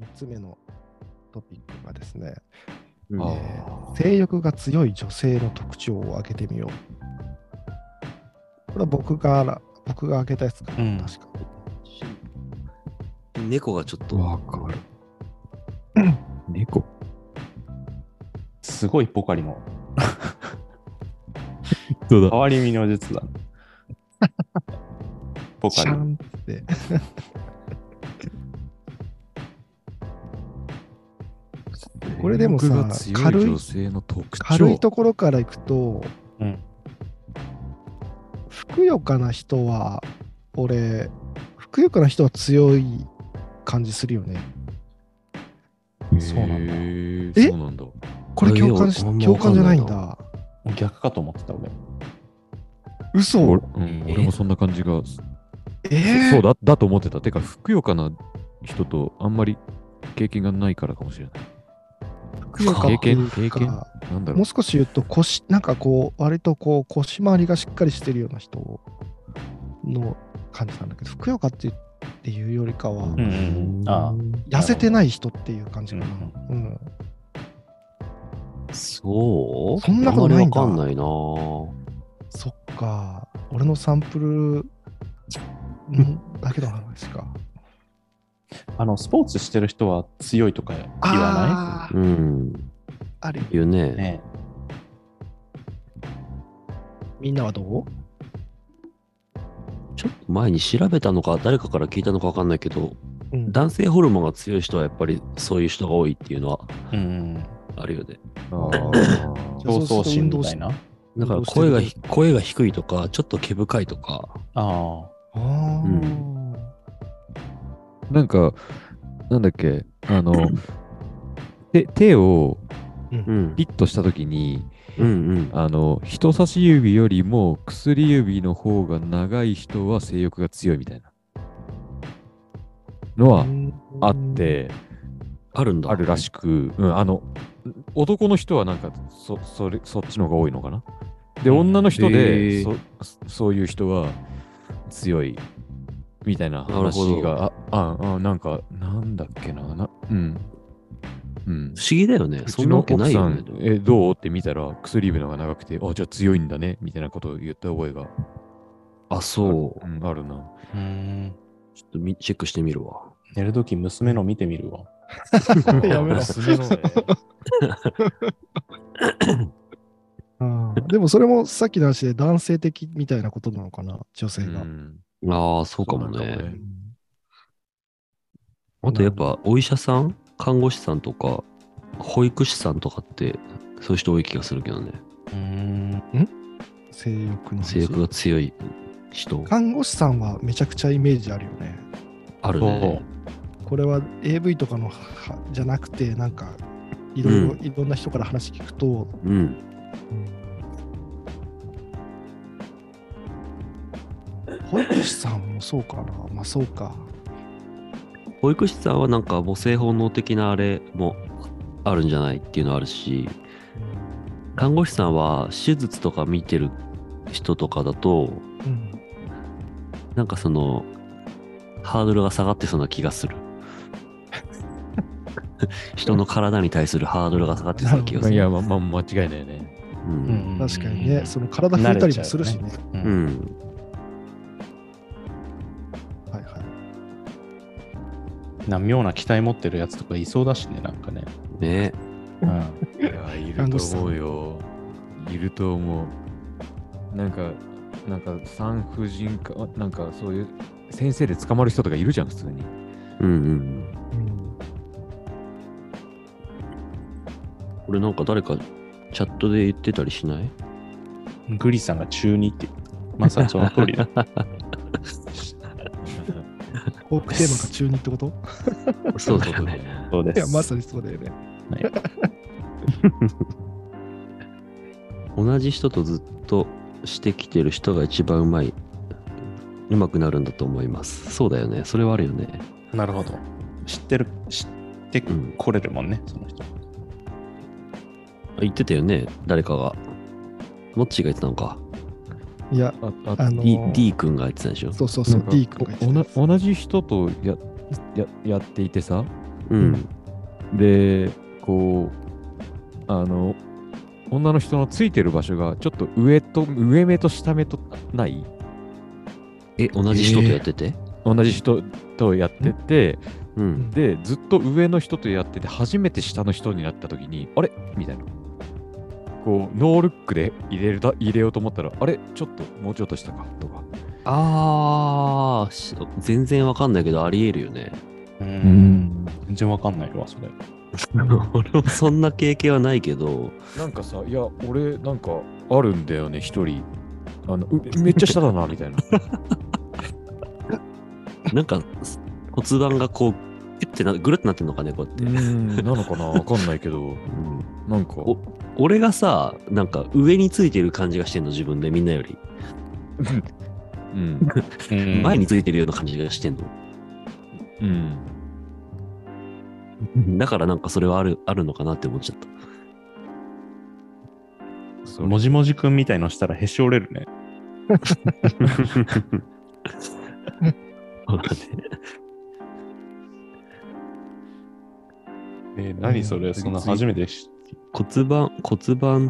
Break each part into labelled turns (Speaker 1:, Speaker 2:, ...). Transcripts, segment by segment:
Speaker 1: 3つ目のトピックがですね、
Speaker 2: うん
Speaker 1: え
Speaker 3: あ
Speaker 1: ー性欲が強い女性の特徴を挙げてみよう。これは僕が、僕が挙げたやつかな、
Speaker 3: うん
Speaker 1: 確か。
Speaker 2: 猫がちょっと、
Speaker 3: わかる。
Speaker 4: 猫。
Speaker 3: すごいポカ リの
Speaker 4: どう
Speaker 3: 変わり身の 術だ。ポ
Speaker 1: シ
Speaker 3: カ
Speaker 1: ャ
Speaker 3: リ。
Speaker 1: ン って。これでもさ
Speaker 4: 性欲が強
Speaker 1: 軽い
Speaker 4: 女性の特徴。
Speaker 1: 軽いところからいくと、
Speaker 3: うん
Speaker 1: ふくよかな人は俺ふくよかな人は強い感じするよね
Speaker 4: だ。
Speaker 3: そうなんだ
Speaker 4: だそうなんだ。
Speaker 1: これ共感し
Speaker 2: いやいや
Speaker 1: 共感じゃないん
Speaker 2: あん
Speaker 1: だ
Speaker 3: 逆かと思ってた俺。
Speaker 4: お
Speaker 1: 嘘
Speaker 4: うん、俺もそんな感じが、
Speaker 1: えー、
Speaker 4: そうだだと思ってた。てか、ふくよかな人とあんまり経験がないからかもしれない。
Speaker 1: ふくよか
Speaker 4: 経験
Speaker 1: っていうか
Speaker 4: 経験なんだろ
Speaker 1: も
Speaker 4: う
Speaker 1: う。少し言うと腰なんかこう割とこう腰回りがしっかりしてるような人の感じなんだけどふくよかっていうっていうよりかは、
Speaker 4: うん
Speaker 3: あ
Speaker 1: 痩せてない人っていう感じかな、うん、
Speaker 2: そう
Speaker 1: そんなことないんだ
Speaker 2: あんまりわかんないな
Speaker 1: そっか、俺のサンプルんだけの話か。
Speaker 3: あの、スポーツしてる人は強いとか言わ
Speaker 1: あー
Speaker 2: うん。
Speaker 1: ある
Speaker 2: 言うね。
Speaker 3: ないね
Speaker 1: みんなはどう
Speaker 2: ちょっと前に調べたのか、誰かから聞いたのかわかんないけど、
Speaker 1: うん
Speaker 2: 男性ホルモンが強い人はやっぱりそういう人が多いっていうのは
Speaker 3: うん。
Speaker 2: あるよね。
Speaker 4: あ
Speaker 1: じゃあ
Speaker 3: 競
Speaker 1: そう
Speaker 3: 争
Speaker 1: すると
Speaker 3: 心
Speaker 1: 運動
Speaker 3: みた
Speaker 1: し
Speaker 3: いな。
Speaker 2: だから
Speaker 1: 運動してる
Speaker 2: 声がひ声が低いとか、ちょっと毛深いとか、
Speaker 3: ああ。
Speaker 1: あー、
Speaker 2: う
Speaker 4: ーなんか、なんだっけ、あの、で手を
Speaker 2: うん、
Speaker 4: ピッとしたときに、
Speaker 2: うんうん。
Speaker 4: あの、人差し指よりも薬指の方が長い人は性欲が強いみたいなのはあっ。て、
Speaker 2: あるんだ。
Speaker 4: あるらしく、うん、あの、男の人はなんかそそれ、そっちの方が多いのかな。で、
Speaker 3: うん
Speaker 4: 女の人
Speaker 2: へー
Speaker 4: でそ、そそういう人は強いみたいな
Speaker 2: なるほ
Speaker 4: 話
Speaker 2: ど
Speaker 4: が、あああ、なんか、なんだっけな、なうん。うん、
Speaker 2: 不思議だよね。
Speaker 4: う
Speaker 2: そ
Speaker 4: ち
Speaker 2: んな
Speaker 4: の
Speaker 2: わけ
Speaker 4: 奥
Speaker 2: ない
Speaker 4: さ
Speaker 2: よね
Speaker 4: ん。、え、どうって見たら、薬指の方が長くて、あ、じゃあ強いんだね、みたいなことを言った覚えが
Speaker 2: あ、そう。
Speaker 4: うんあるな。
Speaker 3: うん。
Speaker 2: ちょっとみチェックしてみるわ。
Speaker 3: 寝るとき娘の見てみるわ。
Speaker 1: やめろ
Speaker 4: 娘 のね
Speaker 1: うんでもそれもさっきの話で男性的みたいなことなのかな、女
Speaker 4: う
Speaker 1: 性が。
Speaker 4: ん
Speaker 2: ああ、そうか
Speaker 4: そ
Speaker 2: も
Speaker 4: うなんかも
Speaker 2: ね
Speaker 4: ね。
Speaker 2: あとやっぱお医者さん、看護師さんとか、保育士さんとかって、そういう人多い気がするけどね。
Speaker 3: うん。
Speaker 1: 性欲の話
Speaker 2: 性欲が強い人、
Speaker 1: 看護師さんはめちゃくちゃイメージあるよね。
Speaker 2: あるね。
Speaker 1: これは AV とかのはじゃなくて、なんかいろいろ、
Speaker 2: う
Speaker 1: いろんな人から話聞くと、
Speaker 2: うん。
Speaker 1: 保育士さんもそうかな、まあそうか。
Speaker 2: 保育士さんはなんか母性本能的なあれもあるんじゃないっていうのあるし、看護師さんは手術とか見てる人とかだと、
Speaker 1: うん
Speaker 2: なんかその、ハードルが下がってそうな気がす る。人の体に対するハードルが下がってそうな気がす
Speaker 4: い
Speaker 2: る。
Speaker 4: や、ま、ま間違いないね。
Speaker 2: う。
Speaker 3: うんん
Speaker 1: 確かにね、その体触れたりもするしね。
Speaker 3: う。
Speaker 2: うんん。
Speaker 1: はいはい。
Speaker 3: な妙な期待持ってるやつとかいそうだしね、なんかね。
Speaker 2: ね。
Speaker 3: うん。
Speaker 4: いや、いると思うよ。いると思う。なんか、なんか産婦人科、なんかそういう先生で捕まる人とかいるじゃん、普通に。
Speaker 2: うんうん。
Speaker 1: うん
Speaker 2: これなんか誰かチャットで言ってたりしない
Speaker 3: グリさんが中2って。まさにその通りだ。
Speaker 1: トークテーマが中二ってこと
Speaker 2: そうだよね。
Speaker 3: そうで
Speaker 1: いや、
Speaker 3: す。
Speaker 1: まさにそうだよね。
Speaker 2: 同じ人とずっとしてきてる人が一番うまい。うまくなるんだと思います。そうだよね。それはあるよね。
Speaker 3: なるほど。知ってる、知って
Speaker 2: うん
Speaker 3: これるもんね、その人。
Speaker 2: 言ってたよね。誰かが。モッチーが言ってたのか。
Speaker 1: いや、
Speaker 4: ああ
Speaker 1: あの
Speaker 2: D,
Speaker 1: ー
Speaker 2: D 君が言ってたでしょ。
Speaker 1: そうそうそう、D 君が言って
Speaker 4: 同同じ人とやややっていてさ、
Speaker 2: うん。
Speaker 4: でこうあの女の人のついてる場所がちょっと上と上目と下目とない
Speaker 2: え、同じ人とやってて、
Speaker 4: 同じ人とやってて、
Speaker 2: うん。
Speaker 4: でずっと上の人とやってて初めて下の人になった時にあれみたいなこうノールックで入れるだ入れようと思ったらあれちょっともうちょっと下かとか
Speaker 2: ああ、し全然わかんないけど、ありえるよ ね。
Speaker 3: う。
Speaker 4: うん
Speaker 3: 全然わかんないわ、それ。
Speaker 2: 俺もそんな経験はないけど、
Speaker 4: なんかさいや俺なんかあるんだよね一人あのうめっちゃ下だなみたいな
Speaker 2: なんか骨盤がこう、キュッてな、ぐるってなってんのかね、こうやっ て。
Speaker 4: うんなのかなわかんないけど
Speaker 2: うん
Speaker 4: なんか
Speaker 2: お俺がさ、なんか上についてる感じがしてんの、自分で、みんなより。
Speaker 4: うん
Speaker 3: うん
Speaker 2: 前についてるような感じがしてんの。
Speaker 4: うん
Speaker 2: だからなんかそれはあるあるのかなって思っちゃった。
Speaker 4: それ
Speaker 3: もじもじくんみたいのしたらへし折れるね。
Speaker 2: そうだね
Speaker 3: えー何それ、そんな初めて知
Speaker 2: 骨盤、骨盤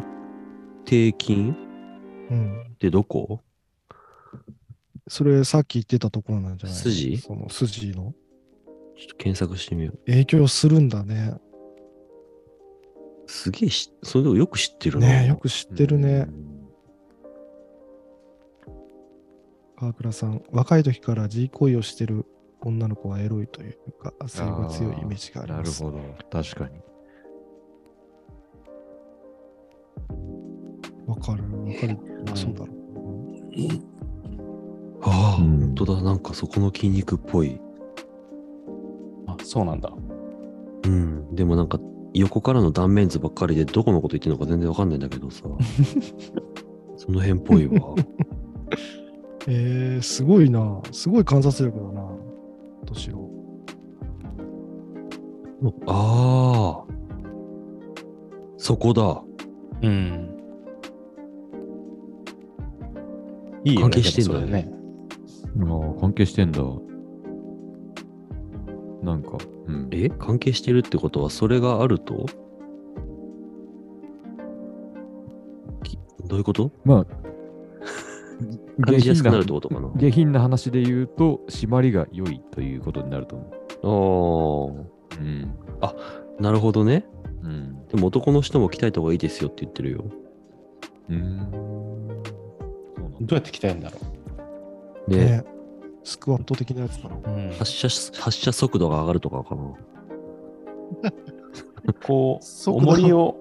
Speaker 2: 底筋
Speaker 1: うん
Speaker 2: ってどこ
Speaker 1: それさっき言ってたところなんじゃない
Speaker 2: 筋
Speaker 1: その筋の
Speaker 2: ちょっと検索してみよう。
Speaker 1: 影響するんだね。
Speaker 2: すげえし、それでもよく知ってるな。
Speaker 1: ねえよく知ってるね
Speaker 4: う。ん
Speaker 1: 川倉さん、若い時から自慰行為をしてる女の子はエロいというか、性が強いイメージがあり
Speaker 4: な
Speaker 1: ま
Speaker 4: る
Speaker 1: す。
Speaker 4: ほど。確かに。
Speaker 1: わかる、わかる。そうだろ
Speaker 2: ああ、
Speaker 4: うん
Speaker 2: 本当だ。なんかそこの筋肉っぽい。
Speaker 3: あ、そうなんだ。
Speaker 2: うん。でもなんか横からの断面図ばっかりでどこのこと言ってるのか全然わかんないんだけ どさ。その辺っぽい わ。
Speaker 1: う。えー、すごいな。すごい観察力だな。どうしよう。
Speaker 2: ああ。そこだ。
Speaker 3: うん。いいよね
Speaker 2: 関係してんだよ
Speaker 3: でもそれね。
Speaker 4: ああ、関係してんだ。なんか、うん。
Speaker 2: え関係してるってことはそれがあるときどういうこと
Speaker 4: まあ、
Speaker 2: 感じやすくなるっ
Speaker 4: 下
Speaker 2: てことか
Speaker 4: 品
Speaker 2: な
Speaker 4: な下品な話で言うと、締まりが良いということになると思
Speaker 2: あ
Speaker 4: う。うん。
Speaker 2: あ、なるほどね。
Speaker 4: うん。
Speaker 2: でも男の人も鍛えた方がいいですよって言ってるよ。
Speaker 4: うん。
Speaker 3: どうやって鍛えるんだろ
Speaker 2: で、
Speaker 1: ねスクワット的なやつだろ。
Speaker 3: う。うん
Speaker 2: 発射し、発射速度が上がるとかかな。
Speaker 3: こう、
Speaker 1: 速度
Speaker 3: 重り を、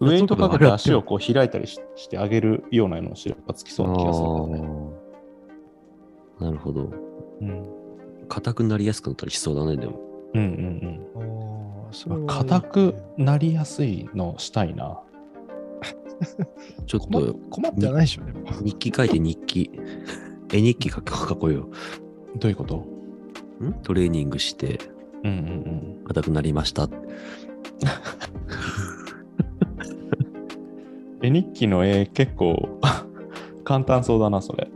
Speaker 3: ウェイト
Speaker 2: 速
Speaker 3: か
Speaker 2: 度が
Speaker 3: けて足をこう開いたりししてあげるようなのを知ればつきそうな気がするけどね。
Speaker 2: あーなるほど。
Speaker 3: うん
Speaker 2: 硬くなりやすくなったりしそうだね、でも。
Speaker 3: うんうん
Speaker 1: あーそれ
Speaker 3: う
Speaker 1: は
Speaker 3: ん。硬くなりやすいのしたいな。
Speaker 2: ちょっ
Speaker 1: 困っ
Speaker 2: と、
Speaker 1: 困ってはないでしょ、でも。
Speaker 2: 日記書いて日記。 絵日記書こ書こうよ。
Speaker 3: どういうこと
Speaker 2: んトレーニングして、
Speaker 3: うんうん
Speaker 2: 硬くなりました。
Speaker 3: うん。絵日記の絵結構 簡単そうだな、それ。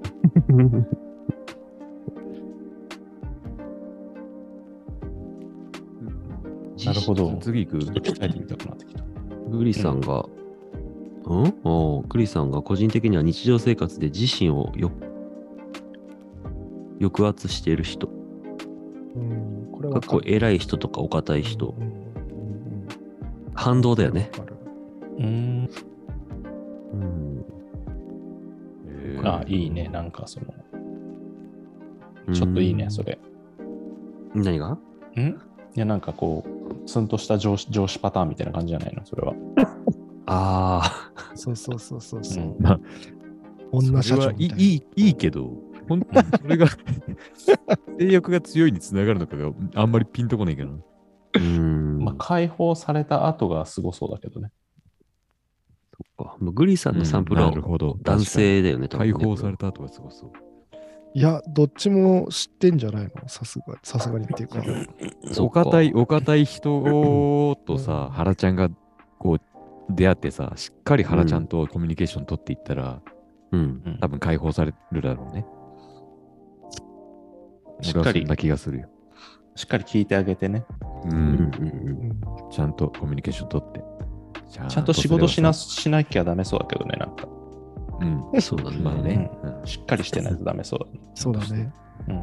Speaker 3: なるほど
Speaker 4: 次行
Speaker 3: ちょっ
Speaker 4: く
Speaker 3: と鍛えてみたくなってきた。
Speaker 2: グリさんが、うん、おうグリさんが個人的には日常生活で自身をよ抑圧している人、か
Speaker 1: うん、これ
Speaker 2: っこ偉い人とかお堅い人、
Speaker 1: うんうん
Speaker 2: 反動だ
Speaker 1: う
Speaker 2: よ
Speaker 1: ん
Speaker 2: ね。
Speaker 1: わかる
Speaker 3: うん。
Speaker 2: うん
Speaker 4: えー
Speaker 3: あ、いいね。なんかその、ちょっといいね、そ。れ。
Speaker 2: うん何が
Speaker 3: んいや、なんかこう、ツンとした上司上司パターンみたいな感じじゃないの、それは。
Speaker 2: あ
Speaker 1: そうそうそうそうそう、
Speaker 3: うん
Speaker 4: まあ
Speaker 1: 女
Speaker 4: そ
Speaker 1: 社
Speaker 4: れ
Speaker 1: 長
Speaker 4: は
Speaker 1: み
Speaker 4: い
Speaker 1: たいない
Speaker 4: いいいけど、本当 にそれが性欲が強いにつながるのかがあんまりピンとこないけど。
Speaker 2: あ、うん。
Speaker 3: まあ、解放された後がすごそうだけどね。
Speaker 2: まあグリさんのサンプル
Speaker 4: う
Speaker 2: は
Speaker 4: んなるほど
Speaker 2: 男性だよね、多分
Speaker 4: 解
Speaker 2: ね
Speaker 4: 放された後がすごそう。
Speaker 1: いやどっちも知ってんじゃないのさすがさすがにっていうか
Speaker 2: そ
Speaker 4: お
Speaker 2: っか
Speaker 4: 堅い、お堅い人と
Speaker 1: う
Speaker 4: さ
Speaker 1: ん、
Speaker 4: 原ちゃんがこう出会ってさ、しっかり原ちゃんとコミュニケーション取っていったら、
Speaker 2: うん。
Speaker 4: 多分解放されるだろうね。
Speaker 3: しっか
Speaker 4: 俺はそ
Speaker 3: り
Speaker 4: んな気がするよ。
Speaker 3: しっかり聞いてあげてね。
Speaker 4: う
Speaker 2: うん
Speaker 4: ん、
Speaker 2: うん
Speaker 4: ちゃんとコミュニケーション取って。ちゃ
Speaker 3: ちゃんと仕事しな
Speaker 4: す。
Speaker 3: しなきゃダメそうだけどね、なんか。
Speaker 4: うん。
Speaker 2: うん。そうだね。
Speaker 4: まあね。
Speaker 3: しっかりしてないとダメそうだね。
Speaker 1: そうだね。
Speaker 3: うん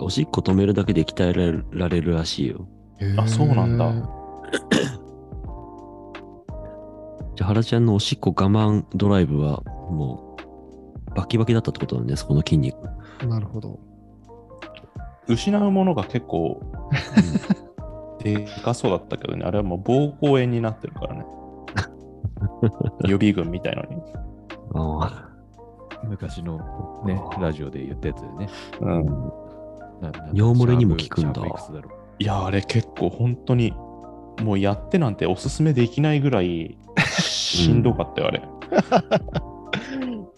Speaker 2: おしっこ止めるだけで鍛えられるらしいよ。
Speaker 3: あそうなんだ
Speaker 1: へー
Speaker 2: じゃあ、原ちゃんのおしっこ我慢ドライブは、もう、バキバキだったってことなんです、この筋肉。
Speaker 1: なるほど。
Speaker 3: 失うものが結構、でかそうだったけどね、あれはもう膀胱炎になってるか らね。予備軍みたいのに。
Speaker 2: あ
Speaker 4: うん昔のね、ラジオで言ったやつでね。
Speaker 3: うん、
Speaker 4: なな
Speaker 2: 尿漏れにも効くんだ
Speaker 4: シャープいくつだろ
Speaker 3: いや、あれ結構本当に、もうやってなんておすすめできないぐらいしんどかったよ、あれ。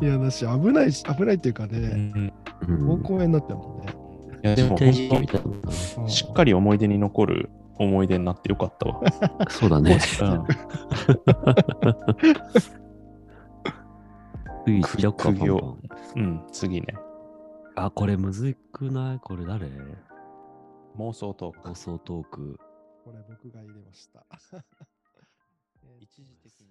Speaker 1: いや、だし、危ないし、危ないっていうか
Speaker 3: う
Speaker 1: ね、
Speaker 3: ん
Speaker 2: あ。うん
Speaker 1: 膀胱炎になってもんね。
Speaker 3: いやでも
Speaker 2: 絶対時期
Speaker 3: 本
Speaker 2: みたいなもんだね
Speaker 1: う
Speaker 3: 当、
Speaker 1: ん
Speaker 3: しっかり思い出に残る思い出になってよかったわ。
Speaker 2: そうだね。
Speaker 3: うん
Speaker 2: 次、
Speaker 3: く
Speaker 2: ジャックはパンパン
Speaker 3: 釘をうん、次ね。
Speaker 2: あ、これむずくないこれ誰
Speaker 3: 妄想トーク
Speaker 2: 放。送トーク。
Speaker 1: これ僕が入れました。一時的に。